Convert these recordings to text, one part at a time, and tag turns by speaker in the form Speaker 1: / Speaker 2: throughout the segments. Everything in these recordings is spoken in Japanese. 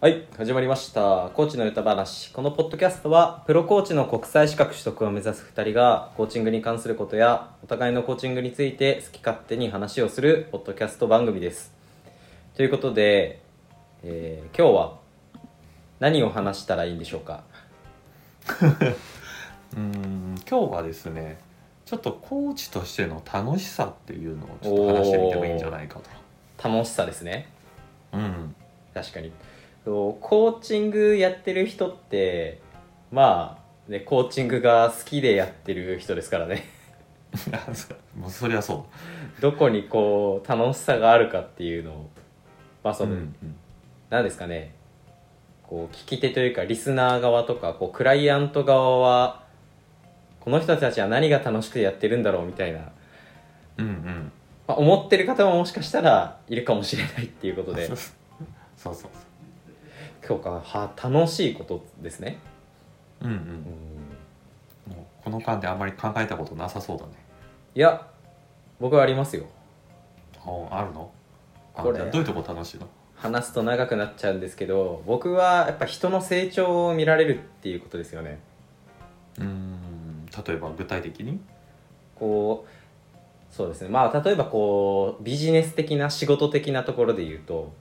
Speaker 1: はい始まりましたコーチの歌話このポッドキャストはプロコーチの国際資格取得を目指す2人がコーチングに関することやお互いのコーチングについて好き勝手に話をするポッドキャスト番組ですということで、えー今日は何を話したらいいんでしょうか
Speaker 2: うーん今日はですねちょっとコーチとしての楽しさっていうのをちょっと話してみてもいいんじゃないかと。
Speaker 1: 楽しさですね
Speaker 2: うん、
Speaker 1: 確かにそうコーチングやってる人ってまあ、ね、コーチングが好きでやってる人ですからね
Speaker 2: もうそりゃそ
Speaker 1: どこにこう楽しさがあるかっていうのをまあ
Speaker 2: う。
Speaker 1: その、
Speaker 2: うんうん
Speaker 1: なんですかねこう聞き手というかリスナー側とかこうクライアント側はこの人たちは何が楽しくてやってるんだろうみたいな、
Speaker 2: うんうん
Speaker 1: まあ、思ってる方ももしかしたらいるかもしれないっていうことで
Speaker 2: そうそうそう。
Speaker 1: 今日かは楽しいことですね。
Speaker 2: うんう。
Speaker 1: うんん
Speaker 2: もうこの間であんまり考えたことなさそうだね。
Speaker 1: いや僕はありますよ
Speaker 2: おあるのあ
Speaker 1: これ
Speaker 2: じゃあどういうとこ楽しいの
Speaker 1: 話すと長くなっちゃうんですけど僕はやっぱ人の成長を見られるっていうことですよね
Speaker 2: うーん例えば具体的に
Speaker 1: こうそうですねまあ例えばこうビジネス的な仕事的なところで言うと、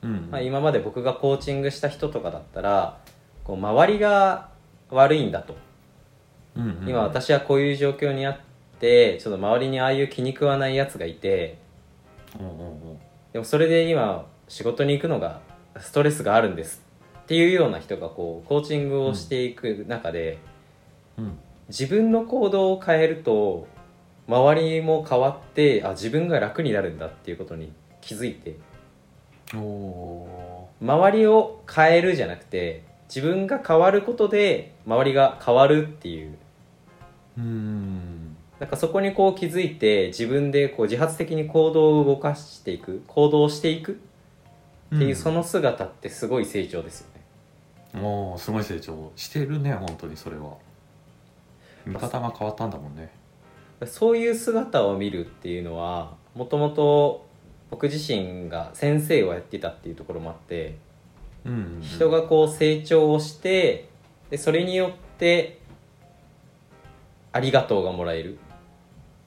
Speaker 2: うんうん、
Speaker 1: まあ、今まで僕がコーチングした人とかだったらこう周りが悪いんだと
Speaker 2: うんうんうん
Speaker 1: 今私はこういう状況にあってちょっと周りにああいう気に食わないやつがいて
Speaker 2: おうおうおう
Speaker 1: でもそれで今仕事に行くのがストレスがあるんですっていうような人がこうコーチングをしていく中で、
Speaker 2: うん
Speaker 1: 自分の行動を変えると周りも変わってあ自分が楽になるんだっていうことに気づいて
Speaker 2: お
Speaker 1: 周りを変えるじゃなくて自分が変わることで周りが変わるっていう
Speaker 2: ーうーん
Speaker 1: なんかそこにこう気づいて自分でこう自発的に行動を動かしていく行動していくっていうその姿ってすごい成長ですよね。
Speaker 2: もうすごい成長してるね本当にそれは見方が変わったんだもんね
Speaker 1: そういう姿を見るっていうのはもともと僕自身が先生をやってたっていうところもあって
Speaker 2: うんうんうん
Speaker 1: 人がこう成長をしてでそれによってありがとうがもらえる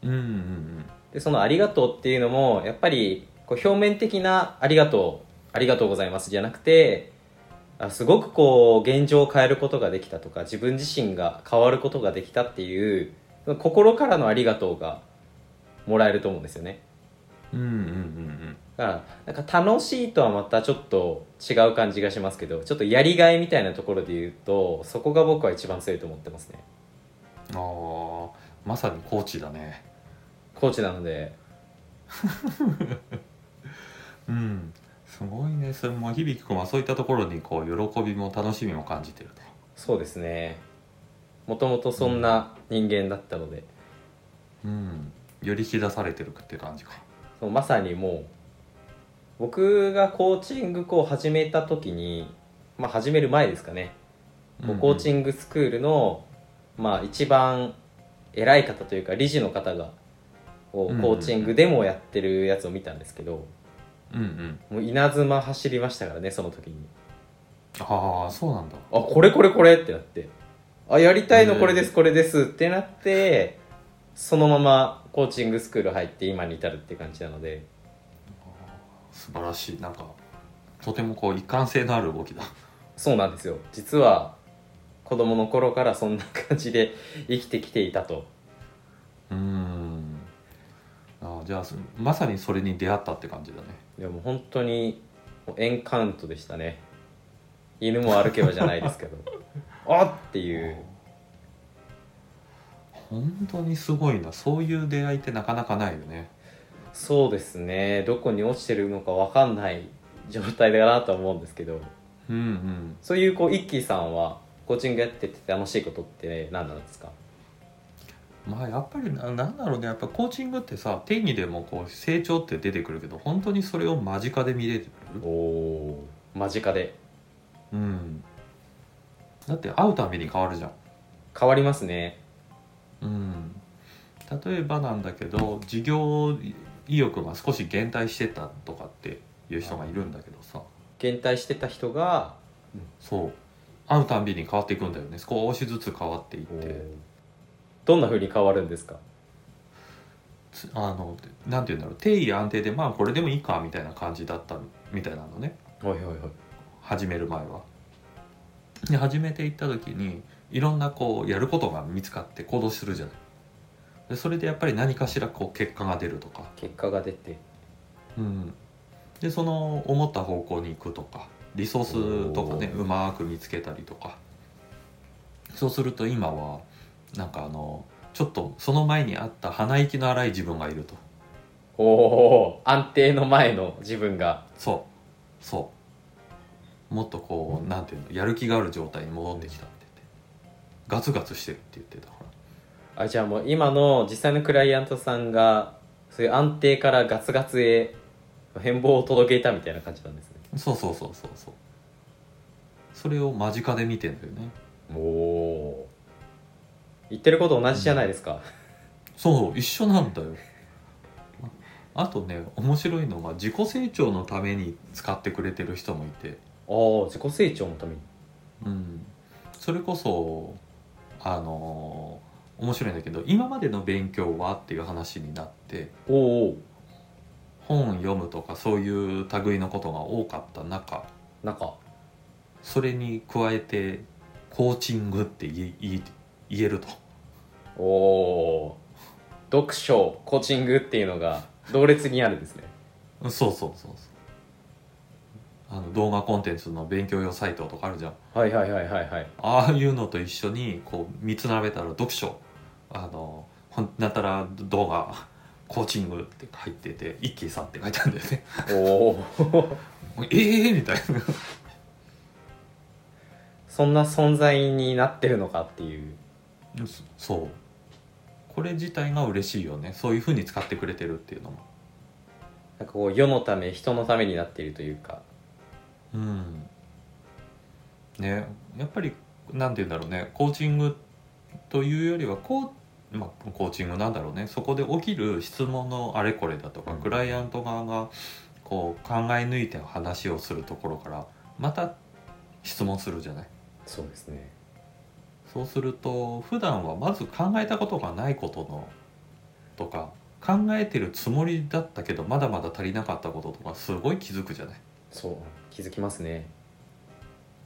Speaker 2: うんうんうん
Speaker 1: でそのありがとうっていうのもやっぱりこう表面的なありがとうありがとうございますじゃなくてあすごくこう現状を変えることができたとか自分自身が変わることができたっていう心からのありがとうがもらえると思うんですよね。
Speaker 2: うんうんうん
Speaker 1: だからなんか楽しいとはまたちょっと違う感じがしますけどちょっとやりがいみたいなところで言うとそこが僕は一番強いと思ってますね
Speaker 2: うんああまさにコーチだね
Speaker 1: コーチなので
Speaker 2: うんすごいねそれも響くんはそういったところにこう喜びも楽しみも感じてると
Speaker 1: そうですねもともとそんな人間だったので、
Speaker 2: うんより引き出されてるって感じか
Speaker 1: そのまさにもう僕がコーチングを始めた時にまあ始める前ですかね、こうコーチ
Speaker 2: ン
Speaker 1: ングスクールの、まあ、一番偉い方というか理事の方がこ
Speaker 2: うんう
Speaker 1: うんコーチングでもやってるやつを見たんですけど、
Speaker 2: うんうん
Speaker 1: もう稲妻走りましたからねその時に
Speaker 2: ああそうなんだ
Speaker 1: あこれこれこれってなってあやりたいの
Speaker 2: へえ
Speaker 1: これですこれですってなってそのままコーチングスクール入って今に至るって感じなので
Speaker 2: 素晴らしいなんかとてもこう一貫性のある動きだ
Speaker 1: そうなんですよ実は子供の頃からそんな感じで 生きてきていたと
Speaker 2: うーんあじゃあそまさにそれに出会ったって感じだね
Speaker 1: でも本当にもうエンカウントでしたね犬も歩けばじゃないですけどあっっていう
Speaker 2: 本当にすごいなそういう出会いってなかなかないよね
Speaker 1: そうですねどこに落ちてるのか分かんない状態だなとは思うんですけど
Speaker 2: うんうん
Speaker 1: そういうこう一輝さんはコーチングやってて楽しいことって、何なんですか
Speaker 2: まあやっぱりななんだろうねやっぱコーチングってさ定義でもこう成長って出てくるけど本当にそれを間近で見れてる
Speaker 1: おお間近で
Speaker 2: うんだって会うたびに変わるじゃん
Speaker 1: 変わりますね
Speaker 2: うん例えばなんだけど事業意欲が少し減退してたとかっていう人がいるんだけどさ
Speaker 1: 減退してた人が
Speaker 2: そう会うたんびに変わっていくんだよね少しずつ変わっていって
Speaker 1: どんな風に変わるんですか
Speaker 2: つあのなんて言うんだろう定位安定でまあこれでもいいかみたいな感じだったみたいなのね
Speaker 1: はいはいはい
Speaker 2: 始める前は。で始めていった時にいろんなこうやることが見つかって行動するじゃない。でそれでやっぱり何かしらこう結果が出るとか、
Speaker 1: 結果が出て
Speaker 2: うん、でその思った方向に行くとかリソースとかね
Speaker 1: おー
Speaker 2: うまく見つけたりとかそうすると今はなんかあのちょっとその前にあった鼻息の荒い自分がいると
Speaker 1: おお安定の前の自分が
Speaker 2: そうそうもっとこうなんていうのやる気がある状態に戻ってきたって言ってガツガツしてるって言ってたから
Speaker 1: あじゃあもう今の実際のクライアントさんがそういう安定からガツガツへ変貌を届けたみたいな感じなんですね
Speaker 2: そうそうそうそうそうそれを間近で見てんだよね
Speaker 1: おお言ってること同じじゃないですか、
Speaker 2: そう一緒なんだよああとね面白いのが自己成長のために使ってくれてる人もいて
Speaker 1: ああ自己成長のために
Speaker 2: うんそれこそあのー面白いんだけど今までの勉強はっていう話になって
Speaker 1: おお
Speaker 2: 本読むとかそういう類のことが多かった中
Speaker 1: なんか
Speaker 2: それに加えてコーチングって言え言え言えると
Speaker 1: おお読書コーチングっていうのが同列にあるんですね
Speaker 2: そうそうそうそうあの動画コンテンツの勉強用サイトとかあるじゃん
Speaker 1: はいはいはいはいはい
Speaker 2: ああいうのと一緒にこう見つ並べたら読書あのほんなたら動画コーチングって入ってて一気さんって書いてあるんだよね
Speaker 1: おお
Speaker 2: ええー、みたいな
Speaker 1: そんな存在になってるのかっていう
Speaker 2: そそうこれ自体が嬉しいよねそういうふうに使ってくれてるっていうのも
Speaker 1: なんかこう世のため人のためになっているというか
Speaker 2: うんねやっぱりなんて言うんだろうねコーチングというよりはこう、まあ、コーチングなんだろうねそこで起きる質問のあれこれだとか、
Speaker 1: うん
Speaker 2: クライアント側がこう考え抜いて話をするところからまた質問するじゃない
Speaker 1: そうですね
Speaker 2: そうすると普段はまず考えたことがないことのとか考えてるつもりだったけどまだまだ足りなかったこととかすごい気づくじゃない
Speaker 1: そう気づきますね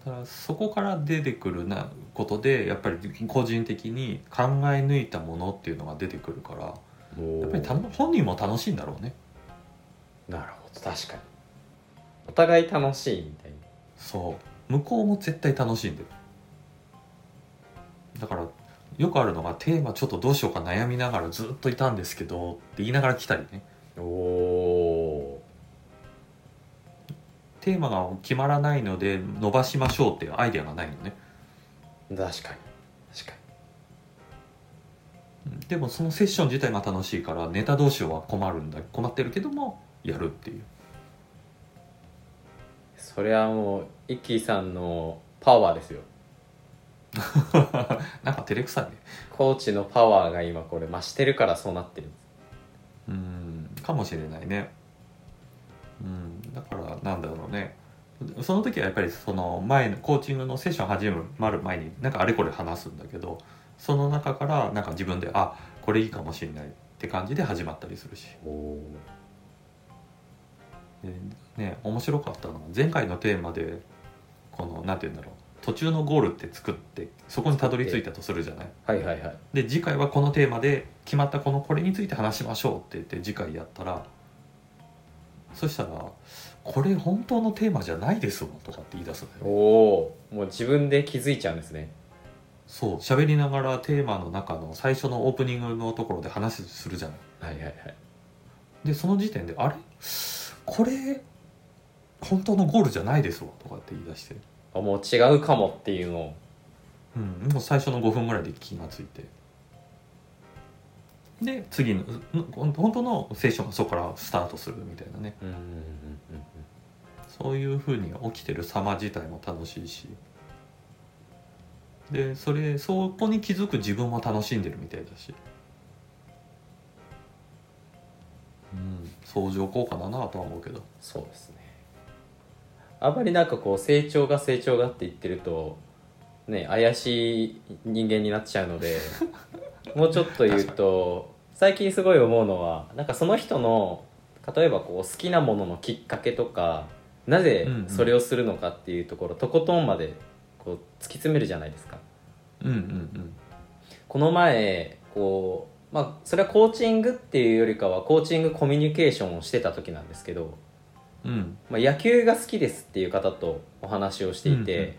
Speaker 2: だからそこから出てくるなことでやっぱり個人的に考え抜いたものっていうのが出てくるからやっぱりたの本人も楽しいんだろうね
Speaker 1: なるほど確かにお互い楽しいみたいな
Speaker 2: そう向こうも絶対楽しんでるだからよくあるのがテーマちょっとどうしようか悩みながらずっといたんですけどって言いながら来たりね
Speaker 1: おお
Speaker 2: テーマが決まらないので伸ばしましょうっていうアイデアがないのね
Speaker 1: 確かに確か
Speaker 2: うんでもそのセッション自体が楽しいからネタどうしようは困るんだ困ってるけどもやるっていう
Speaker 1: にそれはもう一輝さんのパワーですよ
Speaker 2: なんか照れくさいね
Speaker 1: コーチのパワーが今これ増してるからそうなってるんです
Speaker 2: うんかもしれないねうんだからなんだろうねその時はやっぱりその前のコーチングのセッション始まる前になんかあれこれ話すんだけどその中からなんか自分であこれいいかもしれないって感じで始まったりするし
Speaker 1: おお
Speaker 2: でね面白かったのは前回のテーマでこのなんて言うんだろう途中のゴールって作ってそこにたどり着いたとするじゃない
Speaker 1: はいはいはい
Speaker 2: で次回はこのテーマで決まったこのこれについて話しましょうって言って次回やったらそしたら「これ本当のテーマじゃないですもん」とかって言い出すんだよ
Speaker 1: お
Speaker 2: ね
Speaker 1: おもう自分で気づいちゃうんですね
Speaker 2: そう喋りながらテーマの中の最初のオープニングのところで話するじゃな
Speaker 1: は
Speaker 2: い
Speaker 1: いはいはい
Speaker 2: でその時点で「あれこれ本当のゴールじゃないですわ」とかって言い出して、
Speaker 1: あもう違うかもっていうのを
Speaker 2: うん、もう最初の5分ぐらいで気がついてで次のうん本当のセッションがそこからスタートするみたいなね
Speaker 1: うんうんうんうん
Speaker 2: そういうふうに起きてる様自体も楽しいしでそれそこに気づく自分も楽しんでるみたいだし、うん、相乗効果だなとは思うけど
Speaker 1: そうですね。あまりなんかこう成長が成長がって言ってるとね怪しい人間になっちゃうの でもうちょっと言うと最近すごい思うのはなんかその人の例えばこう好きなもののきっかけとかなぜ
Speaker 2: うんうん
Speaker 1: それをするのかっていうところとことんまでこう突き詰めるじゃないですか。
Speaker 2: うんうん
Speaker 1: この前こう、まあ、それはコーチングっていうよりかはコーチングコミュニケーションをしてた時なんですけど、
Speaker 2: うんうん
Speaker 1: まあ、野球が好きですっていう方とお話をしていて。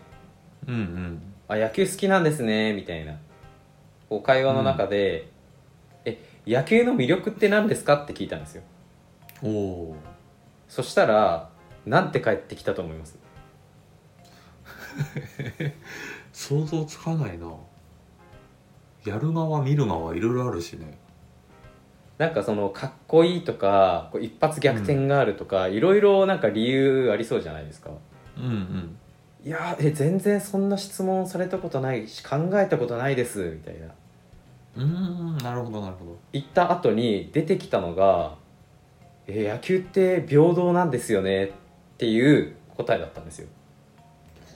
Speaker 2: うんうんうんうん
Speaker 1: あ野球好きなんですねみたいなこう会話の中で、え野球の魅力って何ですかって聞いたんですよ
Speaker 2: おおー
Speaker 1: そしたらなんて返ってきたと思います
Speaker 2: 想像つかないなやる側見る側いろいろあるしね
Speaker 1: なんかそのかっこいいとかこう一発逆転があるとか、いろいろなんか理由ありそうじゃないですか
Speaker 2: うんうん
Speaker 1: いやーえ全然そんな質問されたことないし考えたことないですみたいな
Speaker 2: うーんなるほどなるほど
Speaker 1: 言った後に出てきたのが「え野球って平等なんですよね」っていう答えだったんですよ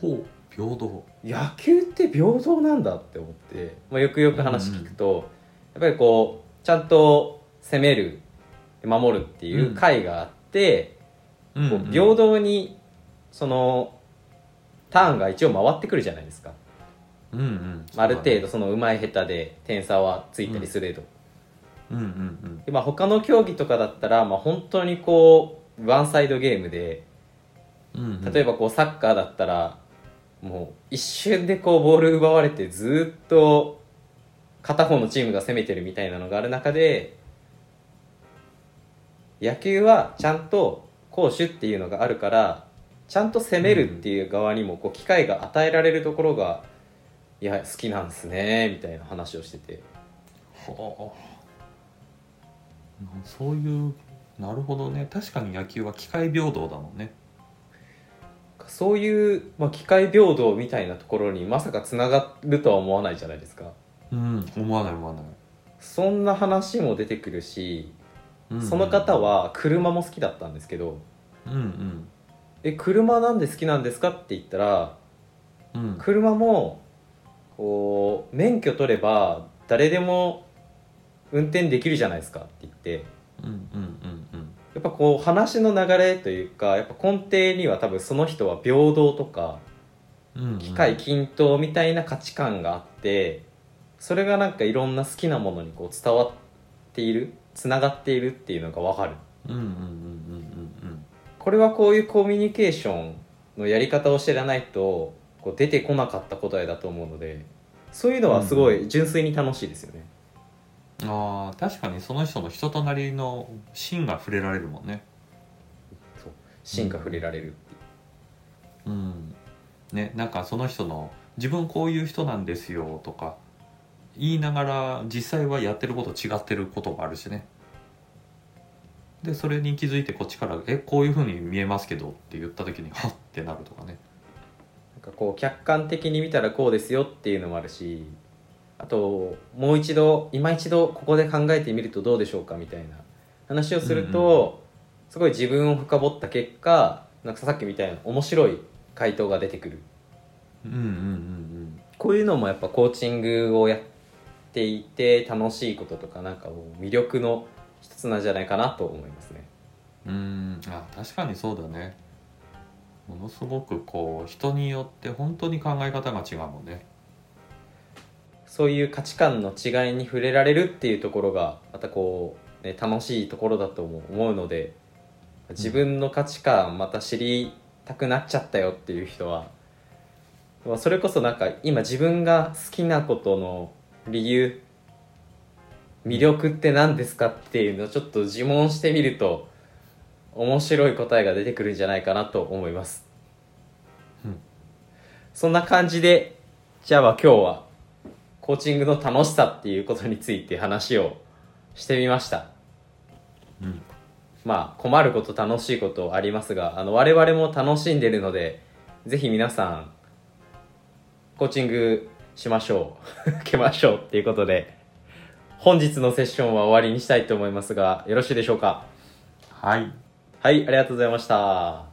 Speaker 2: ほう平等
Speaker 1: 野球って平等なんだって思って、まあ、よくよく話聞くと、やっぱりこうちゃんと攻める守るっていう会があって、
Speaker 2: うん
Speaker 1: こう平等にそのターンが一応回ってくるじゃないですか、
Speaker 2: うんうん
Speaker 1: まあある程度その上手い下手で点差はついたりすれど、
Speaker 2: うんうんうん
Speaker 1: でまあ、他の競技とかだったら、まあ、本当にこうワンサイドゲームで
Speaker 2: うんうん
Speaker 1: 例えばこうサッカーだったらもう一瞬でこうボール奪われてずっと片方のチームが攻めてるみたいなのがある中で野球はちゃんと攻守っていうのがあるからちゃんと攻めるっていう側にもこう機会が与えられるところがいや好きなんですねみたいな話をしてて
Speaker 2: はあなそういうなるほどね確かに野球は機械平等だもんね
Speaker 1: そういう、まあ、機会平等みたいなところにまさかつながるとは思わないじゃないですか。
Speaker 2: うん思わない思わない、
Speaker 1: そんな話も出てくるし
Speaker 2: うんうん
Speaker 1: その方は車も好きだったんですけど
Speaker 2: うんうん
Speaker 1: 「え車なんで好きなんですか?」って言ったら
Speaker 2: うん
Speaker 1: 車もこう免許取れば誰でも運転できるじゃないですかって言って
Speaker 2: うんうんうん
Speaker 1: やっぱこう話の流れというかやっぱ根底には多分その人は平等とか
Speaker 2: うんうん
Speaker 1: 機械均等みたいな価値観があってそれがなんかいろんな好きなものにこう伝わっているつながっているっていうのが分かる。
Speaker 2: うんうんうんうんうんうん
Speaker 1: これはこういうコミュニケーションのやり方を知らないとこう出てこなかった答えだと思うのでそういうのはすごい純粋に楽しいですよね、
Speaker 2: あー確かにその人の人となりの芯が触れられるもんね
Speaker 1: そう進化触れられるっていう
Speaker 2: うんねなんかその人の「自分こういう人なんですよ」とか言いながら実際はやってること違ってることがあるしねでそれに気づいてこっちから「えこういうふうに見えますけど」って言った時に「はっ」ってなるとかね
Speaker 1: なんかこう客観的に見たらこうですよっていうのもあるしあともう一度今一度ここで考えてみるとどうでしょうかみたいな話をすると、すごい自分を深掘った結果なんかさっきみたいな面白い回答が出てくる
Speaker 2: うんうんうん
Speaker 1: こういうのもやっぱコーチングをやっていて楽しいこととかなんかもう魅力の一つなんじゃないかなと思いますね。
Speaker 2: うんうんあ確かにそうだねものすごくこう人によって本当に考え方が違うもんね
Speaker 1: そういう価値観の違いに触れられるっていうところがまたこう、ね、楽しいところだとも思うので自分の価値観また知りたくなっちゃったよっていう人はまあそれこそなんか今自分が好きなことの理由魅力って何ですかっていうのをちょっと自問してみると面白い答えが出てくるんじゃないかなと思います、
Speaker 2: うん
Speaker 1: そんな感じでじゃあ今日はコーチングの楽しさっていうことについて話をしてみました
Speaker 2: うん
Speaker 1: まあ困ること楽しいことありますがあの我々も楽しんでるのでぜひ皆さんコーチングしましょう 受けましょうっていうことで本日のセッションは終わりにしたいと思いますがよろしいでしょうか
Speaker 2: はい
Speaker 1: はいありがとうございました